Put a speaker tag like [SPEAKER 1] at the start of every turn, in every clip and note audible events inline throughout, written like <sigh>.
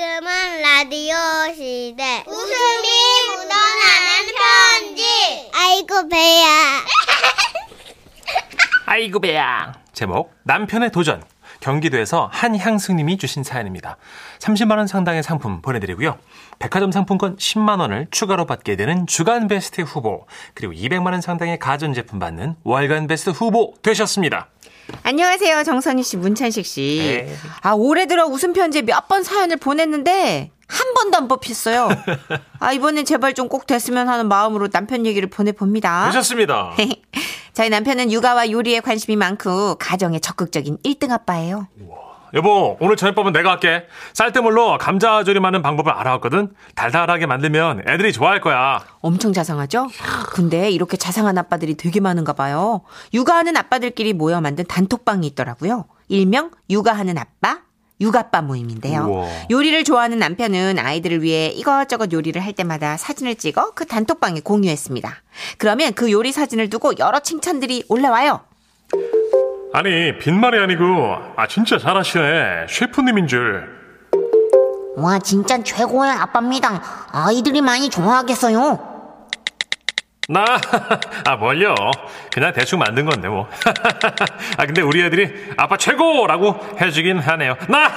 [SPEAKER 1] 지금은 라디오 시대.
[SPEAKER 2] 웃음이 묻어나는 편지.
[SPEAKER 1] 아이고, 배야.
[SPEAKER 3] 아이고 배야.
[SPEAKER 4] 제목 남편의 도전 경기도에서 한향승님이 주신 사연입니다. 30만 원 상당의 상품 보내드리고요. 백화점 상품권 10만 원을 추가로 받게 되는 주간 베스트 후보 그리고 200만 원 상당의 가전제품 받는 월간 베스트 후보 되셨습니다.
[SPEAKER 5] 안녕하세요. 정선희 씨, 문찬식 씨.
[SPEAKER 4] 네.
[SPEAKER 5] 아, 올해 들어 웃음 편지에 몇 번 사연을 보냈는데 한 번도 안 뽑혔어요. 아, 이번엔 제발 좀 꼭 됐으면 하는 마음으로 남편 얘기를 보내 봅니다.
[SPEAKER 4] 되셨습니다.
[SPEAKER 5] 저희 남편은 육아와 요리에 관심이 많고 가정의 적극적인 1등 아빠예요.
[SPEAKER 4] 여보 오늘 저녁밥은 내가 할게. 쌀뜨물로 감자 조림하는 방법을 알아왔거든. 달달하게 만들면 애들이 좋아할 거야.
[SPEAKER 5] 엄청 자상하죠? 근데 이렇게 자상한 아빠들이 되게 많은가 봐요. 육아하는 아빠들끼리 모여 만든 단톡방이 있더라고요. 일명 육아하는 아빠, 육아빠 모임인데요.
[SPEAKER 4] 우와.
[SPEAKER 5] 요리를 좋아하는 남편은 아이들을 위해 이것저것 요리를 할 때마다 사진을 찍어 그 단톡방에 공유했습니다. 그러면 그 요리 사진을 두고 여러 칭찬들이 올라와요.
[SPEAKER 4] 아니 빈말이 아니고 아 진짜 잘하시네 셰프님인 줄.
[SPEAKER 2] 와, 진짜 최고의 아빠입니다. 아이들이 많이 좋아하겠어요.
[SPEAKER 4] 나, <laughs> 아, 뭘요? 그냥 대충 만든 건데, 뭐. <laughs> 아, 근데 우리 애들이 아빠 최고라고 해주긴 하네요. 나!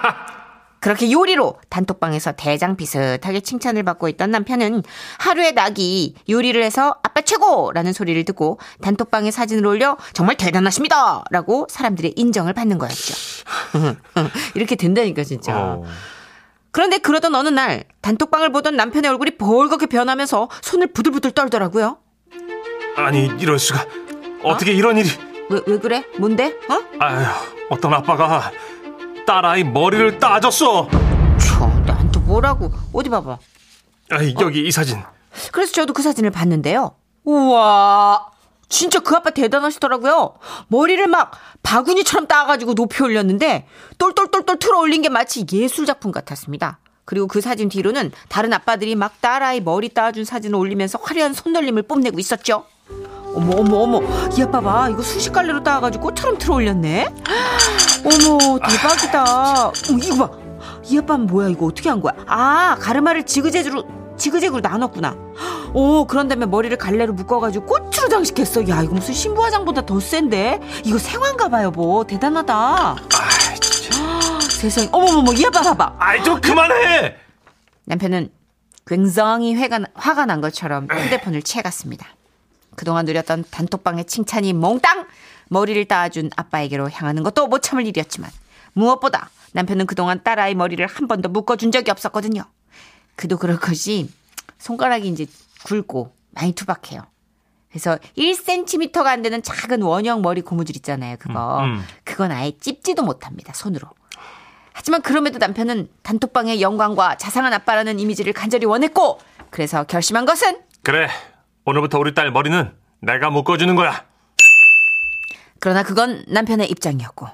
[SPEAKER 4] <laughs>
[SPEAKER 5] 그렇게 요리로 단톡방에서 대장 비슷하게 칭찬을 받고 있던 남편은 하루의 낙이 요리를 해서 아빠 최고라는 소리를 듣고 단톡방에 사진을 올려 정말 대단하십니다! 라고 사람들의 인정을 받는 거였죠. <laughs> 이렇게 된다니까, 진짜.
[SPEAKER 4] 어.
[SPEAKER 5] 그런데 그러던 어느 날 단톡방을 보던 남편의 얼굴이 벌겋게 변하면서 손을 부들부들 떨더라고요.
[SPEAKER 4] 아니, 이럴 수가. 어떻게 이런 일이.
[SPEAKER 5] 왜, 왜 그래? 뭔데? 어?
[SPEAKER 4] 아휴, 어떤 아빠가 딸아이 머리를 따졌어.
[SPEAKER 5] 참, 나한테 뭐라고. 어디 봐봐.
[SPEAKER 4] 아이, 여기 이 사진.
[SPEAKER 5] 그래서 저도 그 사진을 봤는데요. 우와. 진짜 그 아빠 대단하시더라고요. 머리를 막 바구니처럼 따가지고 높이 올렸는데 똘똘똘똘 틀어 올린 게 마치 예술작품 같았습니다. 그리고 그 사진 뒤로는 다른 아빠들이 막 딸아이 머리 따준 사진을 올리면서 화려한 손놀림을 뽐내고 있었죠. 어머 어머 어머 이 아빠 봐 이거 수십 갈래로 따가지고 꽃처럼 틀어 올렸네. 어머 대박이다. 어, 이거 봐. 이 아빠는 뭐야 이거 어떻게 한 거야? 아 가르마를 지그재그로 지그재그로 나눴구나. 오 그런 다음에 머리를 갈래로 묶어가지고 꽃으로 장식했어. 야 이거 무슨 신부화장보다 더 센데? 이거 생화인가 봐요 뭐 대단하다.
[SPEAKER 4] 아이, 진짜.
[SPEAKER 5] <gasps> 세상에 어머머머 이 아빠 봐봐.
[SPEAKER 4] 아이, 좀 그만해!
[SPEAKER 5] 남편은 굉장히 회가, 화가 난 것처럼 휴대폰을 채갔습니다. 그동안 누렸던 단톡방의 칭찬이 몽땅 머리를 따준 아빠에게로 향하는 것도 못 참을 일이었지만 무엇보다 남편은 그동안 딸아이 머리를 한 번도 묶어준 적이 없었거든요. 그도 그럴 것이 손가락이 이제 굵고 많이 투박해요. 그래서 1cm가 안 되는 작은 원형 머리 고무줄 있잖아요. 그거.
[SPEAKER 4] 음, 음.
[SPEAKER 5] 그건 아예 찝지도 못합니다. 손으로. 하지만 그럼에도 남편은 단톡방의 영광과 자상한 아빠라는 이미지를 간절히 원했고 그래서 결심한 것은
[SPEAKER 4] 그래, 오늘부터 우리 딸 머리는 내가 묶어주는 거야.
[SPEAKER 5] 그러나 그건 남편의 입장이었고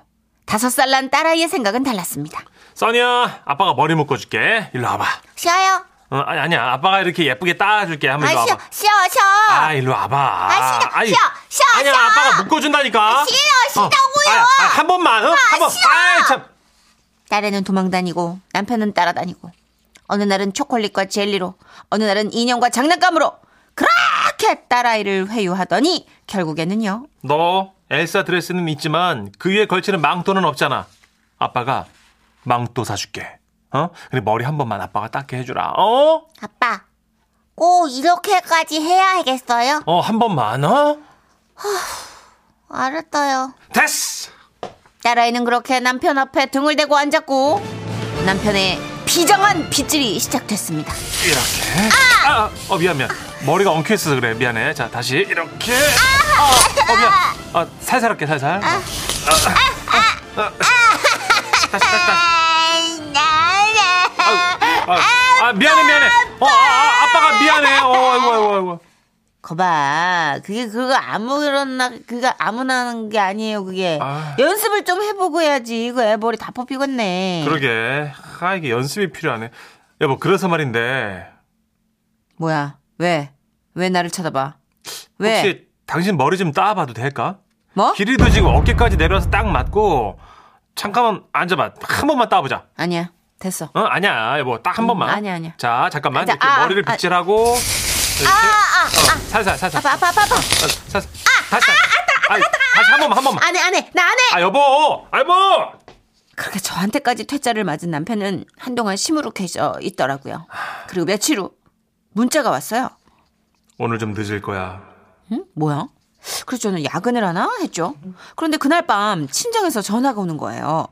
[SPEAKER 5] 다섯 살 난 딸아이의 생각은 달랐습니다.
[SPEAKER 4] 써니야, 아빠가 머리 묶어줄게. 일로 와봐.
[SPEAKER 2] 쉬어요.
[SPEAKER 4] 어, 아니, 아니야. 아빠가 이렇게 예쁘게 따줄게. 한번
[SPEAKER 2] 아,
[SPEAKER 4] 일로 와봐.
[SPEAKER 2] 쉬어, 쉬어, 쉬어.
[SPEAKER 4] 아, 일로 와봐.
[SPEAKER 2] 아, 싫어,
[SPEAKER 4] 아이,
[SPEAKER 2] 싫어, 싫어,
[SPEAKER 4] 아니야,
[SPEAKER 2] 싫어.
[SPEAKER 4] 아빠가 묶어준다니까.
[SPEAKER 2] 싫어, 싫다고요.
[SPEAKER 4] 아, 아, 한 번만, 응? 한 번.
[SPEAKER 2] 싫어.
[SPEAKER 4] 아, 참.
[SPEAKER 5] 딸애는 도망다니고 남편은 따라다니고 어느 날은 초콜릿과 젤리로 어느 날은 인형과 장난감으로 그렇게 딸아이를 회유하더니 결국에는요.
[SPEAKER 4] 너 엘사 드레스는 있지만 그 위에 걸치는 망토는 없잖아. 아빠가 망토 사줄게. 어? 근데 머리 한 번만 아빠가 닦게 해주라. 어?
[SPEAKER 2] 아빠, 꼭 이렇게까지 해야 하겠어요?
[SPEAKER 4] 어, 한 번만, 어?
[SPEAKER 2] 알았어요.
[SPEAKER 4] 됐어!
[SPEAKER 5] 딸아이는 그렇게 남편 앞에 등을 대고 앉았고 남편의 비장한 빗질이 시작됐습니다.
[SPEAKER 4] 이렇게. 아! 어, 미안, 미안. 머리가 엉켜있어서 그래. 미안해. 자, 다시. 이렇게. 어, 어, 미안. 아, 살살 할게, 살살. 아, 아, 아. 다시, 다시, 다시.
[SPEAKER 2] 아이, 나네.
[SPEAKER 4] 아유, 아, 아, 미안해 미안해. 어, 아, 아, 아빠가 미안해. 어, 아이고 아이고 아이고.
[SPEAKER 5] 거봐, 그게 그거 아무나 그거 아무나 하는 게 아니에요. 그게
[SPEAKER 4] 아.
[SPEAKER 5] 연습을 좀 해보고 해야지. 이거 애벌이 다 뽑히겠네.
[SPEAKER 4] 그러게. 아 이게 연습이 필요하네. 여보 그래서 말인데
[SPEAKER 5] 뭐야? 왜? 왜 나를 쳐다봐? 왜?
[SPEAKER 4] 혹시 당신 머리 좀 따봐도 될까?
[SPEAKER 5] 뭐?
[SPEAKER 4] 길이도 지금 어깨까지 내려서 딱 맞고 잠깐만 앉아봐. 한 번만 따보자.
[SPEAKER 5] 아니야. 됐어.
[SPEAKER 4] 어, 아니야. 여보, 딱 한
[SPEAKER 5] 음,
[SPEAKER 4] 번만.
[SPEAKER 5] 아니야, 아니야.
[SPEAKER 4] 자, 잠깐만.
[SPEAKER 5] 자,
[SPEAKER 4] 이렇게
[SPEAKER 5] 아,
[SPEAKER 4] 머리를
[SPEAKER 5] 아.
[SPEAKER 4] 빗질하고. 이렇게.
[SPEAKER 2] 아,
[SPEAKER 4] 어, 살살, 살살.
[SPEAKER 5] 아파, 아파, 아파. 아파.
[SPEAKER 4] 어, 살살. 다시, 다시. 아이, 다시 한 번만, 한 번만.
[SPEAKER 5] 안 해, 안 해. 나 안 해.
[SPEAKER 4] 아, 여보! 아, 여보!
[SPEAKER 5] 그렇게 저한테까지 퇴짜를 맞은 남편은 한동안 심으로 계셔 있더라고요. 그리고 며칠 후 문자가 왔어요.
[SPEAKER 4] 오늘 좀 늦을 거야.
[SPEAKER 5] 응? 뭐야? 그래서 저는 야근을 하나 했죠. 그런데 그날 밤 친정에서 전화가 오는 거예요.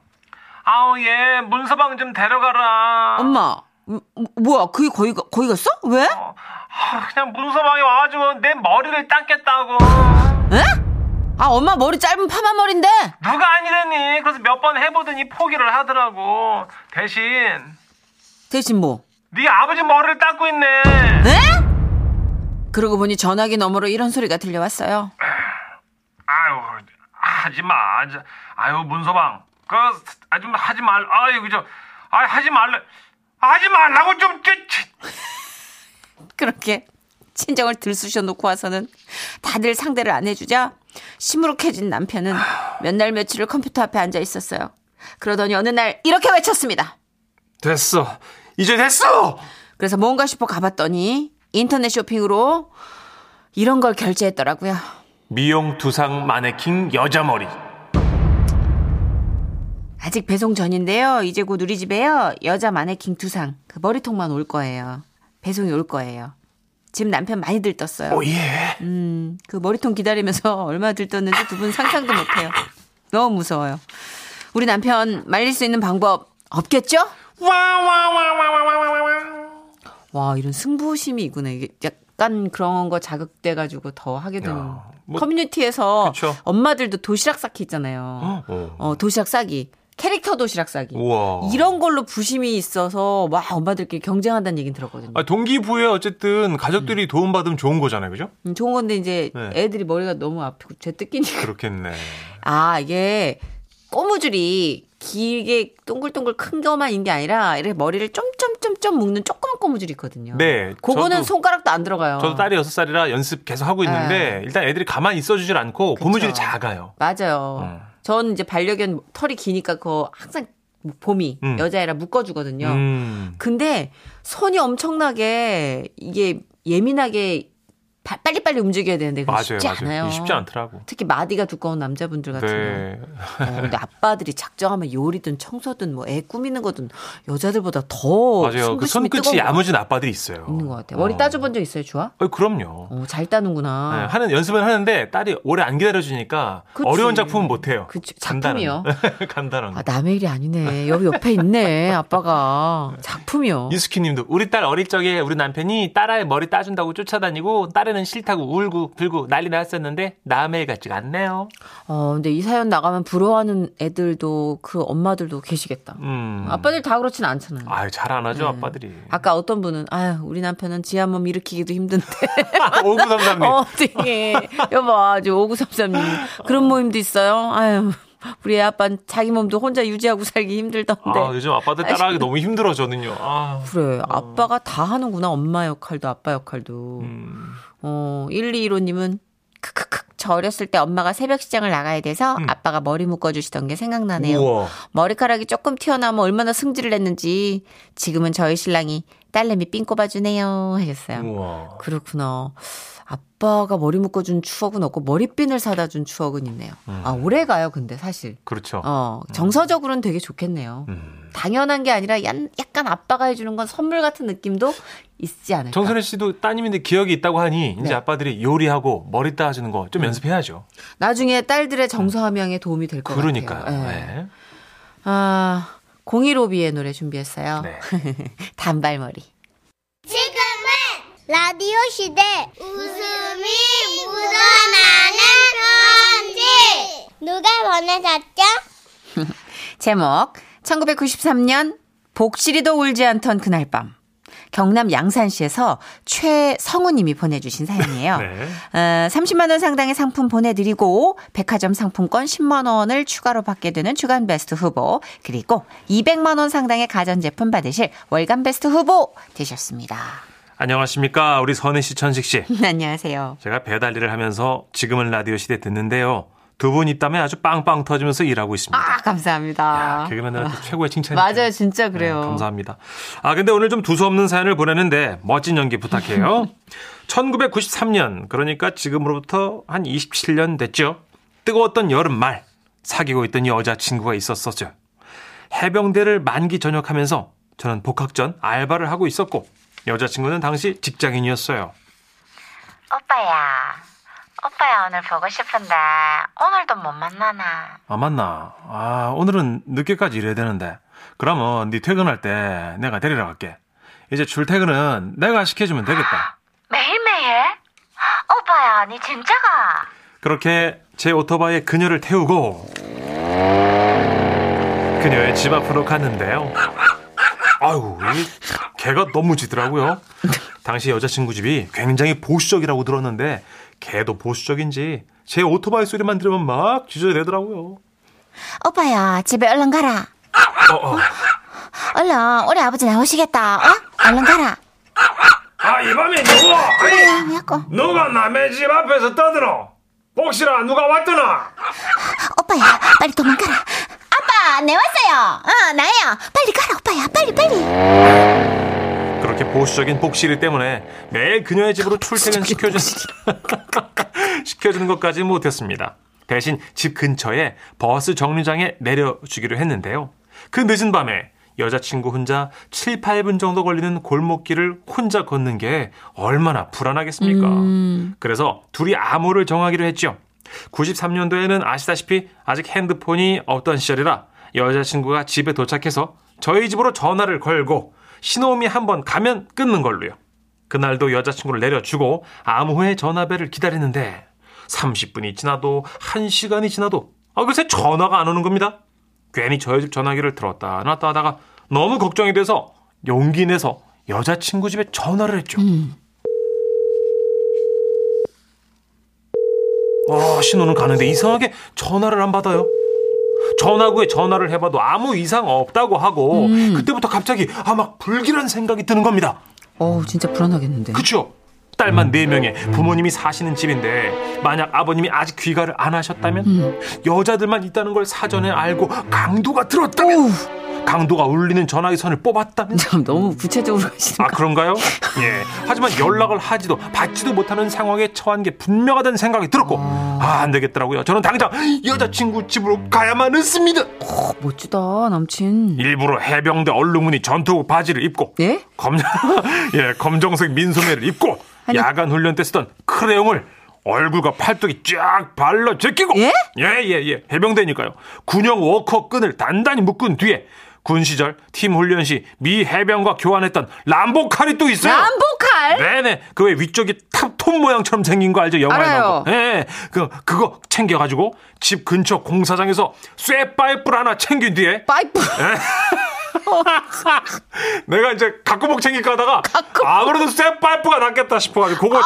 [SPEAKER 4] 아우, 얘, 문서방 좀 데려가라.
[SPEAKER 5] 엄마, 음, 뭐야? 그게 거기 가- 거기 갔어? 왜?
[SPEAKER 4] 아, 그냥 문서방이 와가지고 내 머리를 닦겠다고.
[SPEAKER 5] 에? 아 엄마 머리 짧은 파마 머리인데.
[SPEAKER 4] 누가 아니래니? 그래서 몇 번 해보더니 포기를 하더라고. 대신
[SPEAKER 5] 대신 뭐?
[SPEAKER 4] 네 아버지 머리를 닦고 있네.
[SPEAKER 5] 에? 그러고 보니 전화기 너머로 이런 소리가 들려왔어요.
[SPEAKER 4] 아유, 하지 마. 저, 아유, 문서방. 그, 아, 좀 하지 말. 아유, 그죠. 아, 하지 말래. 하지 말라고 좀. 치, 치.
[SPEAKER 5] 그렇게 친정을 들쑤셔 놓고 와서는 다들 상대를 안 해주자 시무룩해진 남편은 몇 날 며칠을 컴퓨터 앞에 앉아 있었어요. 그러더니 어느 날 이렇게 외쳤습니다.
[SPEAKER 4] 됐어. 이제 됐어.
[SPEAKER 5] 그래서 뭔가 싶어 가봤더니 인터넷 쇼핑으로 이런 걸 결제했더라고요.
[SPEAKER 4] 미용 두상 마네킹 여자 머리.
[SPEAKER 5] 아직 배송 전인데요. 이제 곧 우리 집에요. 여자 마네킹 두상. 그 머리통만 올 거예요. 배송이 올 거예요. 지금 남편 많이 들떴어요.
[SPEAKER 4] 오 예.
[SPEAKER 5] 음, 그 머리통 기다리면서 <laughs> 얼마 들떴는지 두 분 상상도 못해요. 너무 무서워요. 우리 남편 말릴 수 있는 방법 없겠죠?
[SPEAKER 4] 와와와와와와와와.
[SPEAKER 5] 와 이런 승부심이 있구나. 이게 약간 그런 거 자극돼가지고 더 하게 되는.
[SPEAKER 4] 야, 뭐,
[SPEAKER 5] 커뮤니티에서
[SPEAKER 4] 그쵸.
[SPEAKER 5] 엄마들도 도시락 쌓기 있잖아요.
[SPEAKER 4] 어.
[SPEAKER 5] 어, 도시락 싸기. 캐릭터 도시락 싸기.
[SPEAKER 4] 우와.
[SPEAKER 5] 이런 걸로 부심이 있어서 막 엄마들끼리 경쟁한다는 얘기는 들었거든요.
[SPEAKER 4] 아, 동기부여 어쨌든 가족들이 도움받으면 좋은 거잖아요, 그죠?
[SPEAKER 5] 음, 좋은 건데 이제
[SPEAKER 4] 네.
[SPEAKER 5] 애들이 머리가 너무 아프고 죄 뜯기니까 <laughs>
[SPEAKER 4] 그렇겠네.
[SPEAKER 5] 아, 이게 꼬무줄이 길게 동글동글 큰 거만 인 게 아니라 이렇게 머리를 쫌쫌쫌쫌 묶는 조그만 꼬무줄이 있거든요.
[SPEAKER 4] 네,
[SPEAKER 5] 그거는
[SPEAKER 4] 저도-
[SPEAKER 5] 손가락도 안 들어가요.
[SPEAKER 4] 저도 딸이 여섯 살이라 연습 계속 하고 있는데 일단 애들이 가만히 있어주질 않고 고무줄이 작아요.
[SPEAKER 5] 맞아요.
[SPEAKER 4] 음.
[SPEAKER 5] 전 이제 반려견 털이 기니까 그거 항상 봄이
[SPEAKER 4] 음.
[SPEAKER 5] 여자애라 묶어주거든요.
[SPEAKER 4] 음.
[SPEAKER 5] 근데 손이 엄청나게 이게 예민하게 바- 빨리빨리 움직여야 되는데 그게
[SPEAKER 4] 맞아요,
[SPEAKER 5] 쉽지 않아요.
[SPEAKER 4] 맞아요. 쉽지 않더라고.
[SPEAKER 5] 특히 마디가 두꺼운 남자분들 같은
[SPEAKER 4] 네.
[SPEAKER 5] 경우 어, 근데 아빠들이 작정하면 요리든 청소든 뭐 애 꾸미는 거든 여자들보다 더
[SPEAKER 4] 맞아요. 그
[SPEAKER 5] 승부심이 뜨거운
[SPEAKER 4] 손끝이
[SPEAKER 5] 거
[SPEAKER 4] 야무진 아빠들이 있어요.
[SPEAKER 5] 어, 있는 것 같아요. 머리
[SPEAKER 4] 어.
[SPEAKER 5] 따져본 적 있어요, 주아?
[SPEAKER 4] 어, 그럼요.
[SPEAKER 5] 어, 잘 따는구나.
[SPEAKER 4] 네, 하는 연습은 하는데 딸이 오래 안 기다려주니까
[SPEAKER 5] 그치.
[SPEAKER 4] 어려운 작품은 못해요.
[SPEAKER 5] 그치,
[SPEAKER 4] 간단한
[SPEAKER 5] 작품이요.
[SPEAKER 4] 거. 네. 간단한 <laughs> 거.
[SPEAKER 5] 아, 남의 일이 아니네. 여기 옆에 있네, 아빠가. 작품이요.
[SPEAKER 4] 이수키님도 우리 딸 어릴 적에 우리 남편이 딸아이 머리 따준다고 쫓아다니고 딸에는 싫다고 울고 불고 난리 났었는데 남의 같지가 않네요.
[SPEAKER 5] 어, 근데 이 사연 나가면 부러워하는 애들도 그 엄마들도 계시겠다.
[SPEAKER 4] 음.
[SPEAKER 5] 아빠들 네. 다 그렇진 않잖아요.
[SPEAKER 4] 아유 네. 잘 안 하죠 아빠들이.
[SPEAKER 5] 아까 어떤 분은, 아유, 우리 남편은 지하 몸
[SPEAKER 4] <laughs>
[SPEAKER 5] 일으키기도 힘든데.
[SPEAKER 4] 오구삼삼님.
[SPEAKER 5] 어, 되게. 여보, 아주 5933님. 그런 모임도 있어요? 아유, 우리 애 아빠는 자기 몸도 혼자 유지하고 살기 힘들던데.
[SPEAKER 4] 아 요즘 아빠들 따라하기 너무 힘들어 저는요. 아.
[SPEAKER 5] 그래, 아빠가 다 하는구나. 엄마 역할도, 아빠 역할도.
[SPEAKER 4] 음.
[SPEAKER 5] 어, 1215님은, 크크크, 저 어렸을 때 엄마가 새벽 시장을 나가야 돼서
[SPEAKER 4] 음.
[SPEAKER 5] 아빠가 머리 묶어주시던 게 생각나네요.
[SPEAKER 4] 우와.
[SPEAKER 5] 머리카락이 조금 튀어나오면 얼마나 승질을 냈는지 지금은 저희 신랑이 딸내미 삥 꼽아주네요 하셨어요.
[SPEAKER 4] 우와.
[SPEAKER 5] 그렇구나. 아빠가 머리 묶어준 추억은 없고 머리핀을 사다 준 추억은 있네요.
[SPEAKER 4] 음.
[SPEAKER 5] 아 오래 가요, 근데 사실.
[SPEAKER 4] 그렇죠.
[SPEAKER 5] 어 정서적으로는 되게 좋겠네요.
[SPEAKER 4] 음.
[SPEAKER 5] 당연한 게 아니라 얀- 약간 아빠가 해주는 건 선물 같은 느낌도 있지 않을까.
[SPEAKER 4] 정선혜 씨도 따님인데 기억이 있다고 하니 이제
[SPEAKER 5] 네.
[SPEAKER 4] 아빠들이 요리하고 머리 따주는 거 좀 연습해야죠.
[SPEAKER 5] 나중에 딸들의 정서 함양에 도움이 될 것
[SPEAKER 4] 음. 그러니까요.
[SPEAKER 5] 같아요. 예.
[SPEAKER 4] 네.
[SPEAKER 5] 아 공일오비의 노래 준비했어요.
[SPEAKER 4] 네.
[SPEAKER 5] <laughs> 단발머리.
[SPEAKER 1] 지금은 라디오 시대 웃음이 묻어나는 편지 누가 보내셨죠?
[SPEAKER 5] 제목 1993년 복실이도 울지 않던 그날 밤 경남 양산시에서 최성우님이 보내주신 사연이에요.
[SPEAKER 4] <laughs> 네.
[SPEAKER 5] 어, 30만 원 상당의 상품 보내드리고 백화점 상품권 10만 원을 추가로 받게 되는 주간 베스트 후보 그리고 200만 원 상당의 가전 제품 받으실 월간 베스트 후보 되셨습니다. <laughs>
[SPEAKER 4] 안녕하십니까 우리 선혜 씨 천식 씨.
[SPEAKER 5] 안녕하세요.
[SPEAKER 4] 제가 배달 일을 하면서 지금은 라디오 시대 듣는데요. 두 분 입담에 아주 빵빵 터지면서 일하고 있습니다.
[SPEAKER 5] 아, 감사합니다.
[SPEAKER 4] 개그맨들한테 최고의 칭찬이
[SPEAKER 5] 아. 맞아요, 진짜 그래요.
[SPEAKER 4] 네, 감사합니다. 아 근데 오늘 좀 두서없는 사연을 보내는데 멋진 연기
[SPEAKER 5] <laughs>
[SPEAKER 4] 부탁해요. 1993년 그러니까 지금으로부터 한 27년 됐죠. 뜨거웠던 여름말 사귀고 있던 여자친구가 있었었죠. 해병대를 만기 전역하면서 저는 복학 전 알바를 하고 있었고 여자친구는 당시 직장인이었어요.
[SPEAKER 3] 오빠야, 오빠야 오늘 보고 싶은데 오늘도 못 만나나?
[SPEAKER 4] 아 맞나? 아 오늘은 늦게까지 일해야 되는데 그러면 네 퇴근할 때 내가 데리러 갈게. 이제 출퇴근은 내가 시켜주면 되겠다.
[SPEAKER 3] 매일매일? 오빠야, 니 진짜가?
[SPEAKER 4] 그렇게 제 오토바이에 그녀를 태우고 그녀의 집 앞으로 갔는데요. 아유, 이 개가 너무 짖더라고요. 당시 여자친구 집이 굉장히 보수적이라고 들었는데 개도 보수적인지 제 오토바이 소리만 들으면 막 짖어대더라고요.
[SPEAKER 2] 오빠야, 집에 얼른 가라.
[SPEAKER 4] 어, 어.
[SPEAKER 2] 얼른, 우리 아버지 나오시겠다. 어? 얼른 가라.
[SPEAKER 4] 아, 이 밤에 누구?
[SPEAKER 2] 오빠야, 미안고.
[SPEAKER 4] 누가 남의 집 앞에서 떠드노? 혹시나 누가 왔더나?
[SPEAKER 2] 오빠야, 빨리 도망가라. 아빠, 내 왔어요. 어, 나예요. 빨리 가라, 오빠야. 빨리, 빨리.
[SPEAKER 4] 그렇게 보수적인 복실이 때문에 매일 그녀의 집으로 출퇴근 시켜주는 시켜주는 것까지 못했습니다. 대신 집 근처에 버스 정류장에 내려주기로 했는데요. 그 늦은 밤에 여자친구 혼자 7, 8분 정도 걸리는 골목길을 혼자 걷는 게 얼마나 불안하겠습니까? 그래서 둘이 암호를 정하기로 했죠. 93년도에는 아시다시피 아직 핸드폰이 없던 시절이라 여자친구가 집에 도착해서 저희 집으로 전화를 걸고 신호음이 한 번 가면 끊는 걸로요. 그날도 여자친구를 내려주고 암 후에 전화벨을 기다리는데 30분이 지나도 1시간이 지나도 아 글쎄 전화가 안 오는 겁니다. 괜히 저희 집 전화기를 들었다 놨다 하다가 너무 걱정이 돼서 용기 내서 여자친구 집에 전화를 했죠. 와 어, 신호는 가는데 이상하게 전화를 안 받아요. 전화구에 전화를 해봐도 아무 이상 없다고 하고 그때부터 갑자기 아 막 불길한 생각이 드는 겁니다.
[SPEAKER 5] 어우, 진짜 불안하겠는데. <laughs>
[SPEAKER 4] 그쵸? 딸만 네명에 부모님이 사시는 집인데 만약 아버님이 아직 귀가를 안 하셨다면 여자들만 있다는 걸 사전에 알고 강도가 들었다면 강도가 울리는 전화기 선을 뽑았다면
[SPEAKER 5] 참, 너무 구체적으로 하시는
[SPEAKER 4] 아 그런가요? 예. 하지만 연락을 하지도 받지도 못하는 상황에 처한 게 분명하다는 생각이 들었고 아 안 되겠더라고요. 저는 당장 여자친구 집으로 가야만 했습니다.
[SPEAKER 5] 거 멋지다, 남친.
[SPEAKER 4] 일부러 해병대 얼루무늬 전투복 바지를 입고
[SPEAKER 5] 예?
[SPEAKER 4] 검, <laughs> 예, 검정색 민소매를 입고
[SPEAKER 5] 아니-
[SPEAKER 4] 야간 훈련 때 쓰던 크레용을 얼굴과 팔뚝이 쫙 발라 제끼고
[SPEAKER 5] 예?
[SPEAKER 4] 예예예 해병대니까요 군용 워커 끈을 단단히 묶은 뒤에 군 시절 팀 훈련 시 미 해병과 교환했던 람보 칼이 또 있어요.
[SPEAKER 5] 남보칼?
[SPEAKER 4] 네네 그 왜 위쪽이 탑톱 모양처럼 생긴 거 알죠 영화에
[SPEAKER 5] 알아요.
[SPEAKER 4] 나온 거. 예, 그 그거 챙겨가지고 집 근처 공사장에서 쇠 파이프를 하나 챙긴 뒤에
[SPEAKER 5] 파이프.
[SPEAKER 4] <laughs> 내가 이제 갖고복 챙길까 하다가 아무래도 쇠 파이프가 낫겠다 싶어가지고 그거
[SPEAKER 5] 아우.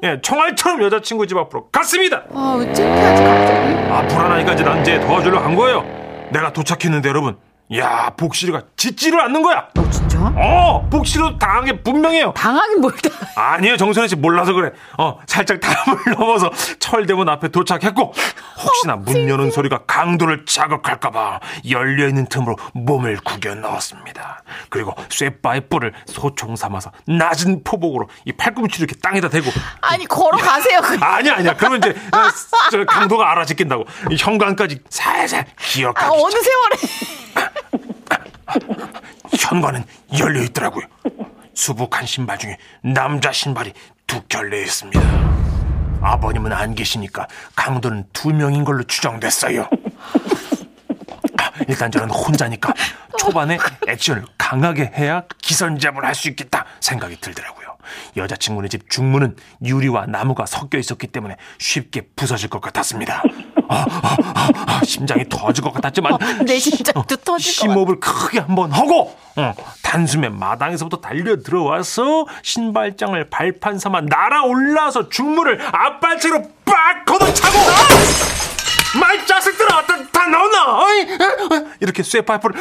[SPEAKER 4] 챙기고 예, 총알처럼 여자친구 집 앞으로 갔습니다.
[SPEAKER 5] 아, 왜 창피하지, 갑자기?
[SPEAKER 4] 아 불안하니까 이제 난 이제 도와주려고 간 거예요. 내가 도착했는데 여러분 야 복실이가 짖지를 않는 거야.
[SPEAKER 5] 어, 진짜?
[SPEAKER 4] 어 복실도 당한 게 분명해요.
[SPEAKER 5] 당하긴 뭘다.
[SPEAKER 4] 아니에요 정선혜 씨 몰라서 그래. 어 살짝 담을 <laughs> 넘어서 철대문 앞에 도착했고 혹시나
[SPEAKER 5] 어,
[SPEAKER 4] 문 여는 소리가 강도를 자극할까봐 열려 있는 틈으로 몸을 구겨 넣었습니다. 그리고 쇠파이프를 소총 삼아서 낮은 포복으로 이 팔꿈치를 이렇게 땅에다 대고
[SPEAKER 5] 아니, 걸어가세요, 그냥.
[SPEAKER 4] 아니야 아니야 그러면 이제 어, 저 강도가 알아지킨다고 이 현관까지 살살
[SPEAKER 5] 아,
[SPEAKER 4] 기억하기
[SPEAKER 5] 어느 세월에. <laughs>
[SPEAKER 4] 현관은 열려 있더라고요. 수북한 신발 중에 남자 신발이 두 켤레 있습니다. 아버님은 안 계시니까 강도는 두 명인 걸로 추정됐어요. 아, 일단 저는 혼자니까 초반에 액션을 강하게 해야 기선제압을 할 수 있겠다 생각이 들더라고요. 여자친구네 집 중문은 유리와 나무가 섞여 있었기 때문에 쉽게 부서질 것 같았습니다. 아, 아, 아, 아, 심장이 터질 것 같았지만
[SPEAKER 5] 내 심장도 터질 것 같아.
[SPEAKER 4] 어, 심호흡을 크게 한번 하고 어, 단숨에 마당에서부터 달려 들어와서 신발장을 발판 삼아 날아올라서 중문을 앞발채로 빡 걷어차고 마이 자식들아, 다, 다 넣어놔! 어이, 어, 어. 이렇게 쇠파이프를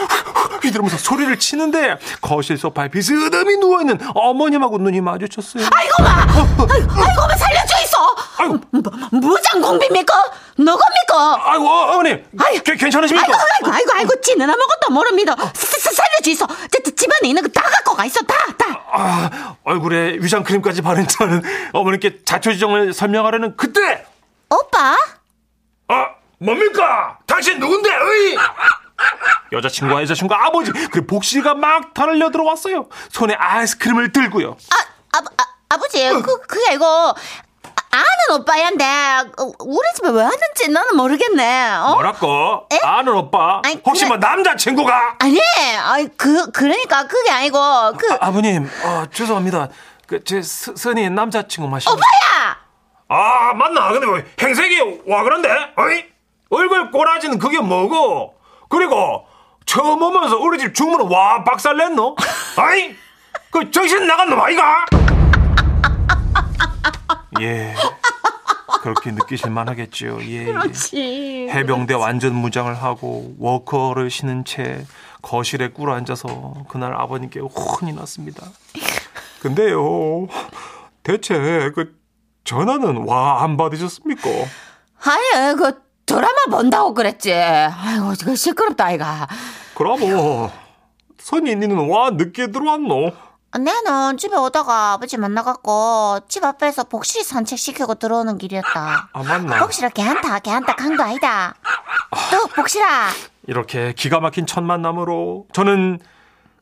[SPEAKER 4] 휘두르면서 소리를 치는데 거실 소파에 비스듬히 누워있는 어머님하고 눈이 마주쳤어요.
[SPEAKER 5] 아이고 마! 아이고 마 살려주이소!
[SPEAKER 4] 아이고.
[SPEAKER 5] 뭐, 무- 무장공비입니까? 누굽니까?
[SPEAKER 4] 아이고, 어, 어머님!
[SPEAKER 5] 아이고.
[SPEAKER 4] 괜- 괜찮으십니까?
[SPEAKER 5] 아이고 아이고 아이고 아이고 지는 아무것도 모릅니다. 스- 스- 살려주이소! 저- 저 집안에 있는 거 다 갖고 가 있어 다 다.
[SPEAKER 4] 아, 얼굴에 위장크림까지 바른 저는 어머님께 자초지종을 설명하려는 그때!
[SPEAKER 2] 오빠?
[SPEAKER 4] 아, 뭡니까? 당신 누군데? 어이! 여자친구와 여자친구 아버지 그리고 복실이가 막 달려 들어왔어요. 손에 아이스크림을 들고요.
[SPEAKER 2] 아, 아, 아 아버지, 그, 그게 이거, 아, 아는 오빠인데, 어, 우리 집에 왜 왔는지 나는 모르겠네, 어?
[SPEAKER 4] 뭐라고?
[SPEAKER 2] 에?
[SPEAKER 4] 아는 오빠?
[SPEAKER 2] 아니,
[SPEAKER 4] 혹시
[SPEAKER 2] 그래.
[SPEAKER 4] 뭐 남자친구가?
[SPEAKER 2] 아니, 아니, 그, 그러니까 그게 아니고, 그,
[SPEAKER 4] 아, 버님 죄송합니다. 그, 제 선이 남자친구 마시.
[SPEAKER 2] 오빠야!
[SPEAKER 4] 아 맞나? 근데 뭐 행색이 와 그런데? 어이? 얼굴 꼬라지는 그게 뭐고? 그리고 처음 오면서 우리 집 주문은 와
[SPEAKER 2] <laughs>
[SPEAKER 4] 박살냈노? 아이? 그 정신 나간 놈 아이가? 예 그렇게 느끼실만 하겠죠
[SPEAKER 2] 그렇죠.
[SPEAKER 4] 예,
[SPEAKER 5] 네, 그렇지.
[SPEAKER 4] 해병대 완전 무장을 하고 워커를 신은 채 거실에 꿇어 앉아서 그날 아버님께 혼이
[SPEAKER 5] <laughs>
[SPEAKER 4] 났습니다. 근데요, 대체 그 전화는 와 안 받으셨습니까?
[SPEAKER 5] 아니 그 드라마 본다고 그랬지. 아이고 이거 시끄럽다 아이가.
[SPEAKER 4] 그럼 선이 니는 와 늦게 들어왔노?
[SPEAKER 2] 나는 집에 오다가 아버지 만나갖고 집 앞에서 복실 산책시키고 들어오는 길이었다.
[SPEAKER 4] 아 맞나?
[SPEAKER 2] 복실아, 걔한테, 걔한테 간거 아니다. 또, 복실아,
[SPEAKER 4] 이렇게 기가 막힌 첫 만남으로 저는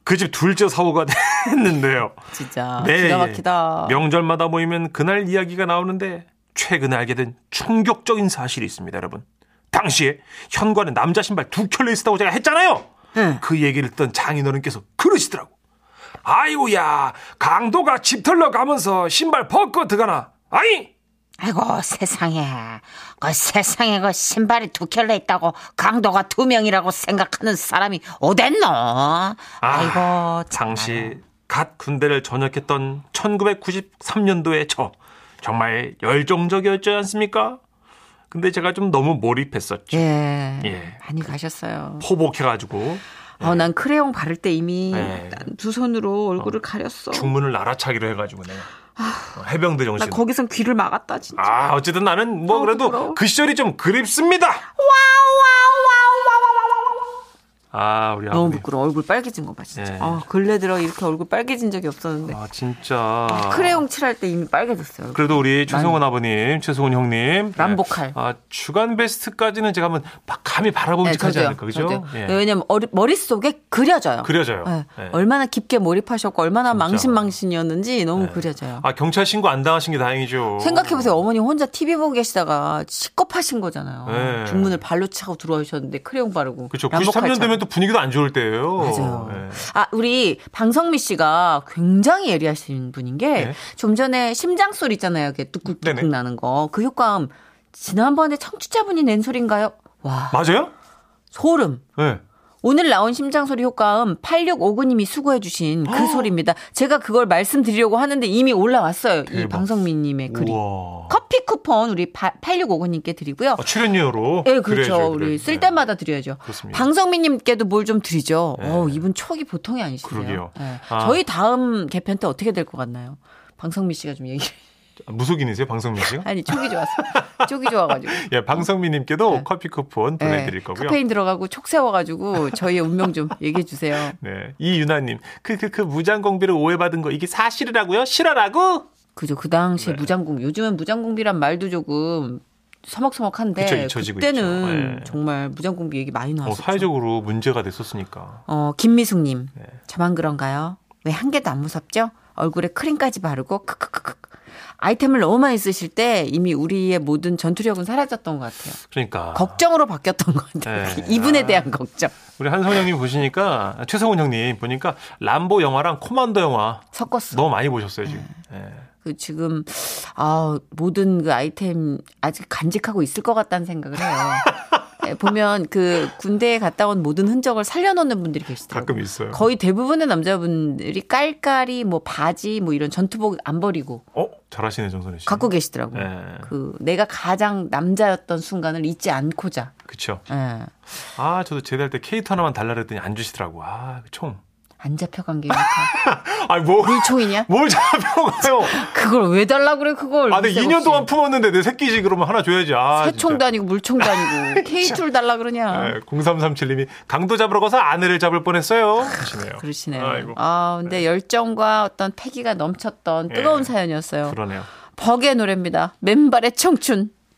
[SPEAKER 4] 그 집 둘째 사오가 <laughs> 됐는데요.
[SPEAKER 5] 진짜
[SPEAKER 4] 네,
[SPEAKER 5] 아, 기가
[SPEAKER 4] 예.
[SPEAKER 5] 막히다.
[SPEAKER 4] 명절마다 모이면 그날 이야기가 나오는데 최근에 알게 된 충격적인 사실이 있습니다, 여러분. 당시에 현관에 남자 신발 두 켤레 있었다고 제가 했잖아요.
[SPEAKER 5] 네.
[SPEAKER 4] 그 얘기를 듣던 장인어른께서 그러시더라고. 아이고야, 강도가 집 털러 가면서 신발 벗고 들어가나. 아이,
[SPEAKER 5] 아이고 세상에 그 세상에 그 신발이 두 켤레 있다고 강도가 두 명이라고 생각하는 사람이 어딨노?
[SPEAKER 4] 아.
[SPEAKER 5] 아이고 참.
[SPEAKER 4] 당시 갓 군대를 전역했던 1993년도에 저 정말 열정적이었지 않습니까? 근데 제가 좀 너무 몰입했었죠.
[SPEAKER 5] 예,
[SPEAKER 4] 예.
[SPEAKER 5] 많이 가셨어요.
[SPEAKER 4] 포복해가지고
[SPEAKER 5] 어, 난 크레용 바를 때 이미
[SPEAKER 4] 예.
[SPEAKER 5] 난두 손으로 얼굴을 가렸어.
[SPEAKER 4] 중문을 날아차기로 해가지고 내가 어, 해병대
[SPEAKER 5] 나
[SPEAKER 4] 정신.
[SPEAKER 5] 거기선 귀를 막았다 진짜.
[SPEAKER 4] 아 어쨌든 나는 뭐
[SPEAKER 5] 어,
[SPEAKER 4] 그래도
[SPEAKER 5] 부끄러워.
[SPEAKER 4] 그 시절이 좀 그립습니다. 아 우리
[SPEAKER 5] 너무
[SPEAKER 4] 아버님.
[SPEAKER 5] 부끄러워. 얼굴 빨개진 거 봐, 진짜.
[SPEAKER 4] 예.
[SPEAKER 5] 아, 근래 들어 이렇게 얼굴 빨개진 적이 없었는데.
[SPEAKER 4] 아 진짜.
[SPEAKER 5] 크레용 칠할 때 이미 빨개졌어요.
[SPEAKER 4] 그래도 우리 최승원 아버님, 최승원 형님.
[SPEAKER 5] 람보칼.
[SPEAKER 4] 네. 아 주간 베스트까지는 제가 한번 막 감히 바라봄직하지 않을까 그죠?
[SPEAKER 5] 네, 예, 저도요. 네,
[SPEAKER 4] 예.
[SPEAKER 5] 왜냐면 어리- 머릿속에 그려져요.
[SPEAKER 4] 그려져요.
[SPEAKER 5] 예.
[SPEAKER 4] 예.
[SPEAKER 5] 얼마나 깊게 몰입하셨고 얼마나 망신망신이었는지 너무 그려져요.
[SPEAKER 4] 아 경찰 신고 안 당하신 게 다행이죠.
[SPEAKER 5] 생각해보세요. 어머니 혼자 TV 보고 계시다가 시겁하신 거잖아요.
[SPEAKER 4] 예.
[SPEAKER 5] 중문을 발로 차고 들어오셨는데 크레용 바르고.
[SPEAKER 4] 그렇죠.
[SPEAKER 5] 람보칼처럼.
[SPEAKER 4] 93년 되면 또 분위기도 안 좋을 때예요.
[SPEAKER 5] 맞아요.
[SPEAKER 4] 예.
[SPEAKER 5] 아, 우리 방성미 씨가 굉장히 예리하신 분인
[SPEAKER 4] 네.
[SPEAKER 5] 게 좀 전에 심장 소리 있잖아요. 이게 뚝뚝뚝
[SPEAKER 4] 네네.
[SPEAKER 5] 나는 거. 그 효과음 지난번에 청취자분이 낸 소린가요? 와,
[SPEAKER 4] 맞아요?
[SPEAKER 5] 소름.
[SPEAKER 4] 예.
[SPEAKER 5] 오늘 나온 심장 소리 효과음 8659님이 수고해 주신 그 소리입니다. 제가 그걸 말씀드리려고 하는데 이미 올라왔어요. 이
[SPEAKER 4] 대박.
[SPEAKER 5] 방성미 님의 글이.
[SPEAKER 4] 우와.
[SPEAKER 5] 커피 쿠폰 우리 8659님께 드리고요.
[SPEAKER 4] 아, 출연료로.
[SPEAKER 5] 예, 그렇죠.
[SPEAKER 4] 그래야죠,
[SPEAKER 5] 우리
[SPEAKER 4] 그래야죠.
[SPEAKER 5] 쓸
[SPEAKER 4] 네.
[SPEAKER 5] 때마다 드려야죠.
[SPEAKER 4] 그렇습니다.
[SPEAKER 5] 방성민님께도 뭘 좀 드리죠.
[SPEAKER 4] 예.
[SPEAKER 5] 어, 이분 촉이 보통이 아니시네요.
[SPEAKER 4] 그러게요.
[SPEAKER 5] 예.
[SPEAKER 4] 아.
[SPEAKER 5] 저희 다음 개편 때 어떻게 될 것 같나요? 방성민 씨가 좀 얘기.
[SPEAKER 4] 아, 무속인이세요, 방성민 씨가?
[SPEAKER 5] <laughs> 아니 촉이 좋았어. 촉이 좋아가지고.
[SPEAKER 4] 예, 방성민님께도
[SPEAKER 5] 네.
[SPEAKER 4] 커피 쿠폰
[SPEAKER 5] 예.
[SPEAKER 4] <laughs> 보내드릴 거고요.
[SPEAKER 5] 카페인 들어가고 촉 세워가지고 저희의 운명 좀 얘기해 주세요.
[SPEAKER 4] 네, 이윤아님, 그그그 무장공비를 오해받은 거 이게 사실이라고요? 실화라고?
[SPEAKER 5] 그죠. 그 당시에
[SPEAKER 4] 네.
[SPEAKER 5] 무장공 요즘은 무장공비란 말도 조금 서먹서먹한데
[SPEAKER 4] 그쵸, 잊혀지고
[SPEAKER 5] 그때는
[SPEAKER 4] 있죠. 예.
[SPEAKER 5] 정말 무장공비 얘기 많이
[SPEAKER 4] 어,
[SPEAKER 5] 나왔었죠.
[SPEAKER 4] 사회적으로 문제가 됐었으니까.
[SPEAKER 5] 어, 김미숙님.
[SPEAKER 4] 네.
[SPEAKER 5] 저만 그런가요? 왜 한 개도 안 무섭죠? 얼굴에 크림까지 바르고, 크크크크. 아이템을 너무 많이 쓰실 때 이미 우리의 모든 전투력은 사라졌던 것 같아요.
[SPEAKER 4] 그러니까
[SPEAKER 5] 걱정으로 바뀌었던 것 같아요.
[SPEAKER 4] 네.
[SPEAKER 5] <laughs> 이분에
[SPEAKER 4] 아.
[SPEAKER 5] 대한 걱정.
[SPEAKER 4] 우리 한성 형님 보시니까 아, 최성훈 형님 보니까 람보 영화랑 코만도 영화
[SPEAKER 5] 섞었어.
[SPEAKER 4] 너무 많이 보셨어요 지금. 예.
[SPEAKER 5] 그 지금, 아, 모든 그 아이템 아직 간직하고 있을 것 같다는
[SPEAKER 4] <laughs>
[SPEAKER 5] 생각을 해요. 예, 보면 그 군대에 갔다 온 모든 흔적을 살려놓는 분들이 계시더라고요.
[SPEAKER 4] 가끔 있어요.
[SPEAKER 5] 거의 대부분의 남자분들이 깔깔이 뭐 바지 뭐 이런 전투복 안 버리고
[SPEAKER 4] 어? 잘하시네 정선혜 씨.
[SPEAKER 5] 갖고 계시더라고요.
[SPEAKER 4] 예.
[SPEAKER 5] 그 내가 가장 남자였던 순간을 잊지 않고자.
[SPEAKER 4] 그쵸.
[SPEAKER 5] 예.
[SPEAKER 4] 아 저도 제대할 때 케이트 하나만 달라 그랬더니 안 주시더라고. 아 총.
[SPEAKER 5] 안
[SPEAKER 4] <laughs>
[SPEAKER 5] 잡혀간 게 이렇게.
[SPEAKER 4] 아니 뭐.
[SPEAKER 5] 물총이냐?
[SPEAKER 4] 뭘 잡혀가요?
[SPEAKER 5] 그걸 왜 달라 그래 그걸.
[SPEAKER 4] 아, 근데
[SPEAKER 5] 이
[SPEAKER 4] 2년 동안 품었는데 내 새끼지 그러면 하나 줘야지. 아,
[SPEAKER 5] 새총도 아니고
[SPEAKER 4] <laughs>
[SPEAKER 5] 물총도 아니고 K2를 달라 그러냐.
[SPEAKER 4] 0337님이 예, 강도 잡으러 가서 아내를 잡을 뻔했어요. 하시네요.
[SPEAKER 5] 그러시네요.
[SPEAKER 4] 아이고.
[SPEAKER 5] 아 근데 열정과 어떤 패기가 넘쳤던
[SPEAKER 4] 예.
[SPEAKER 5] 뜨거운 사연이었어요.
[SPEAKER 4] 그러네요.
[SPEAKER 5] 버의 노래입니다. 맨발의 청춘.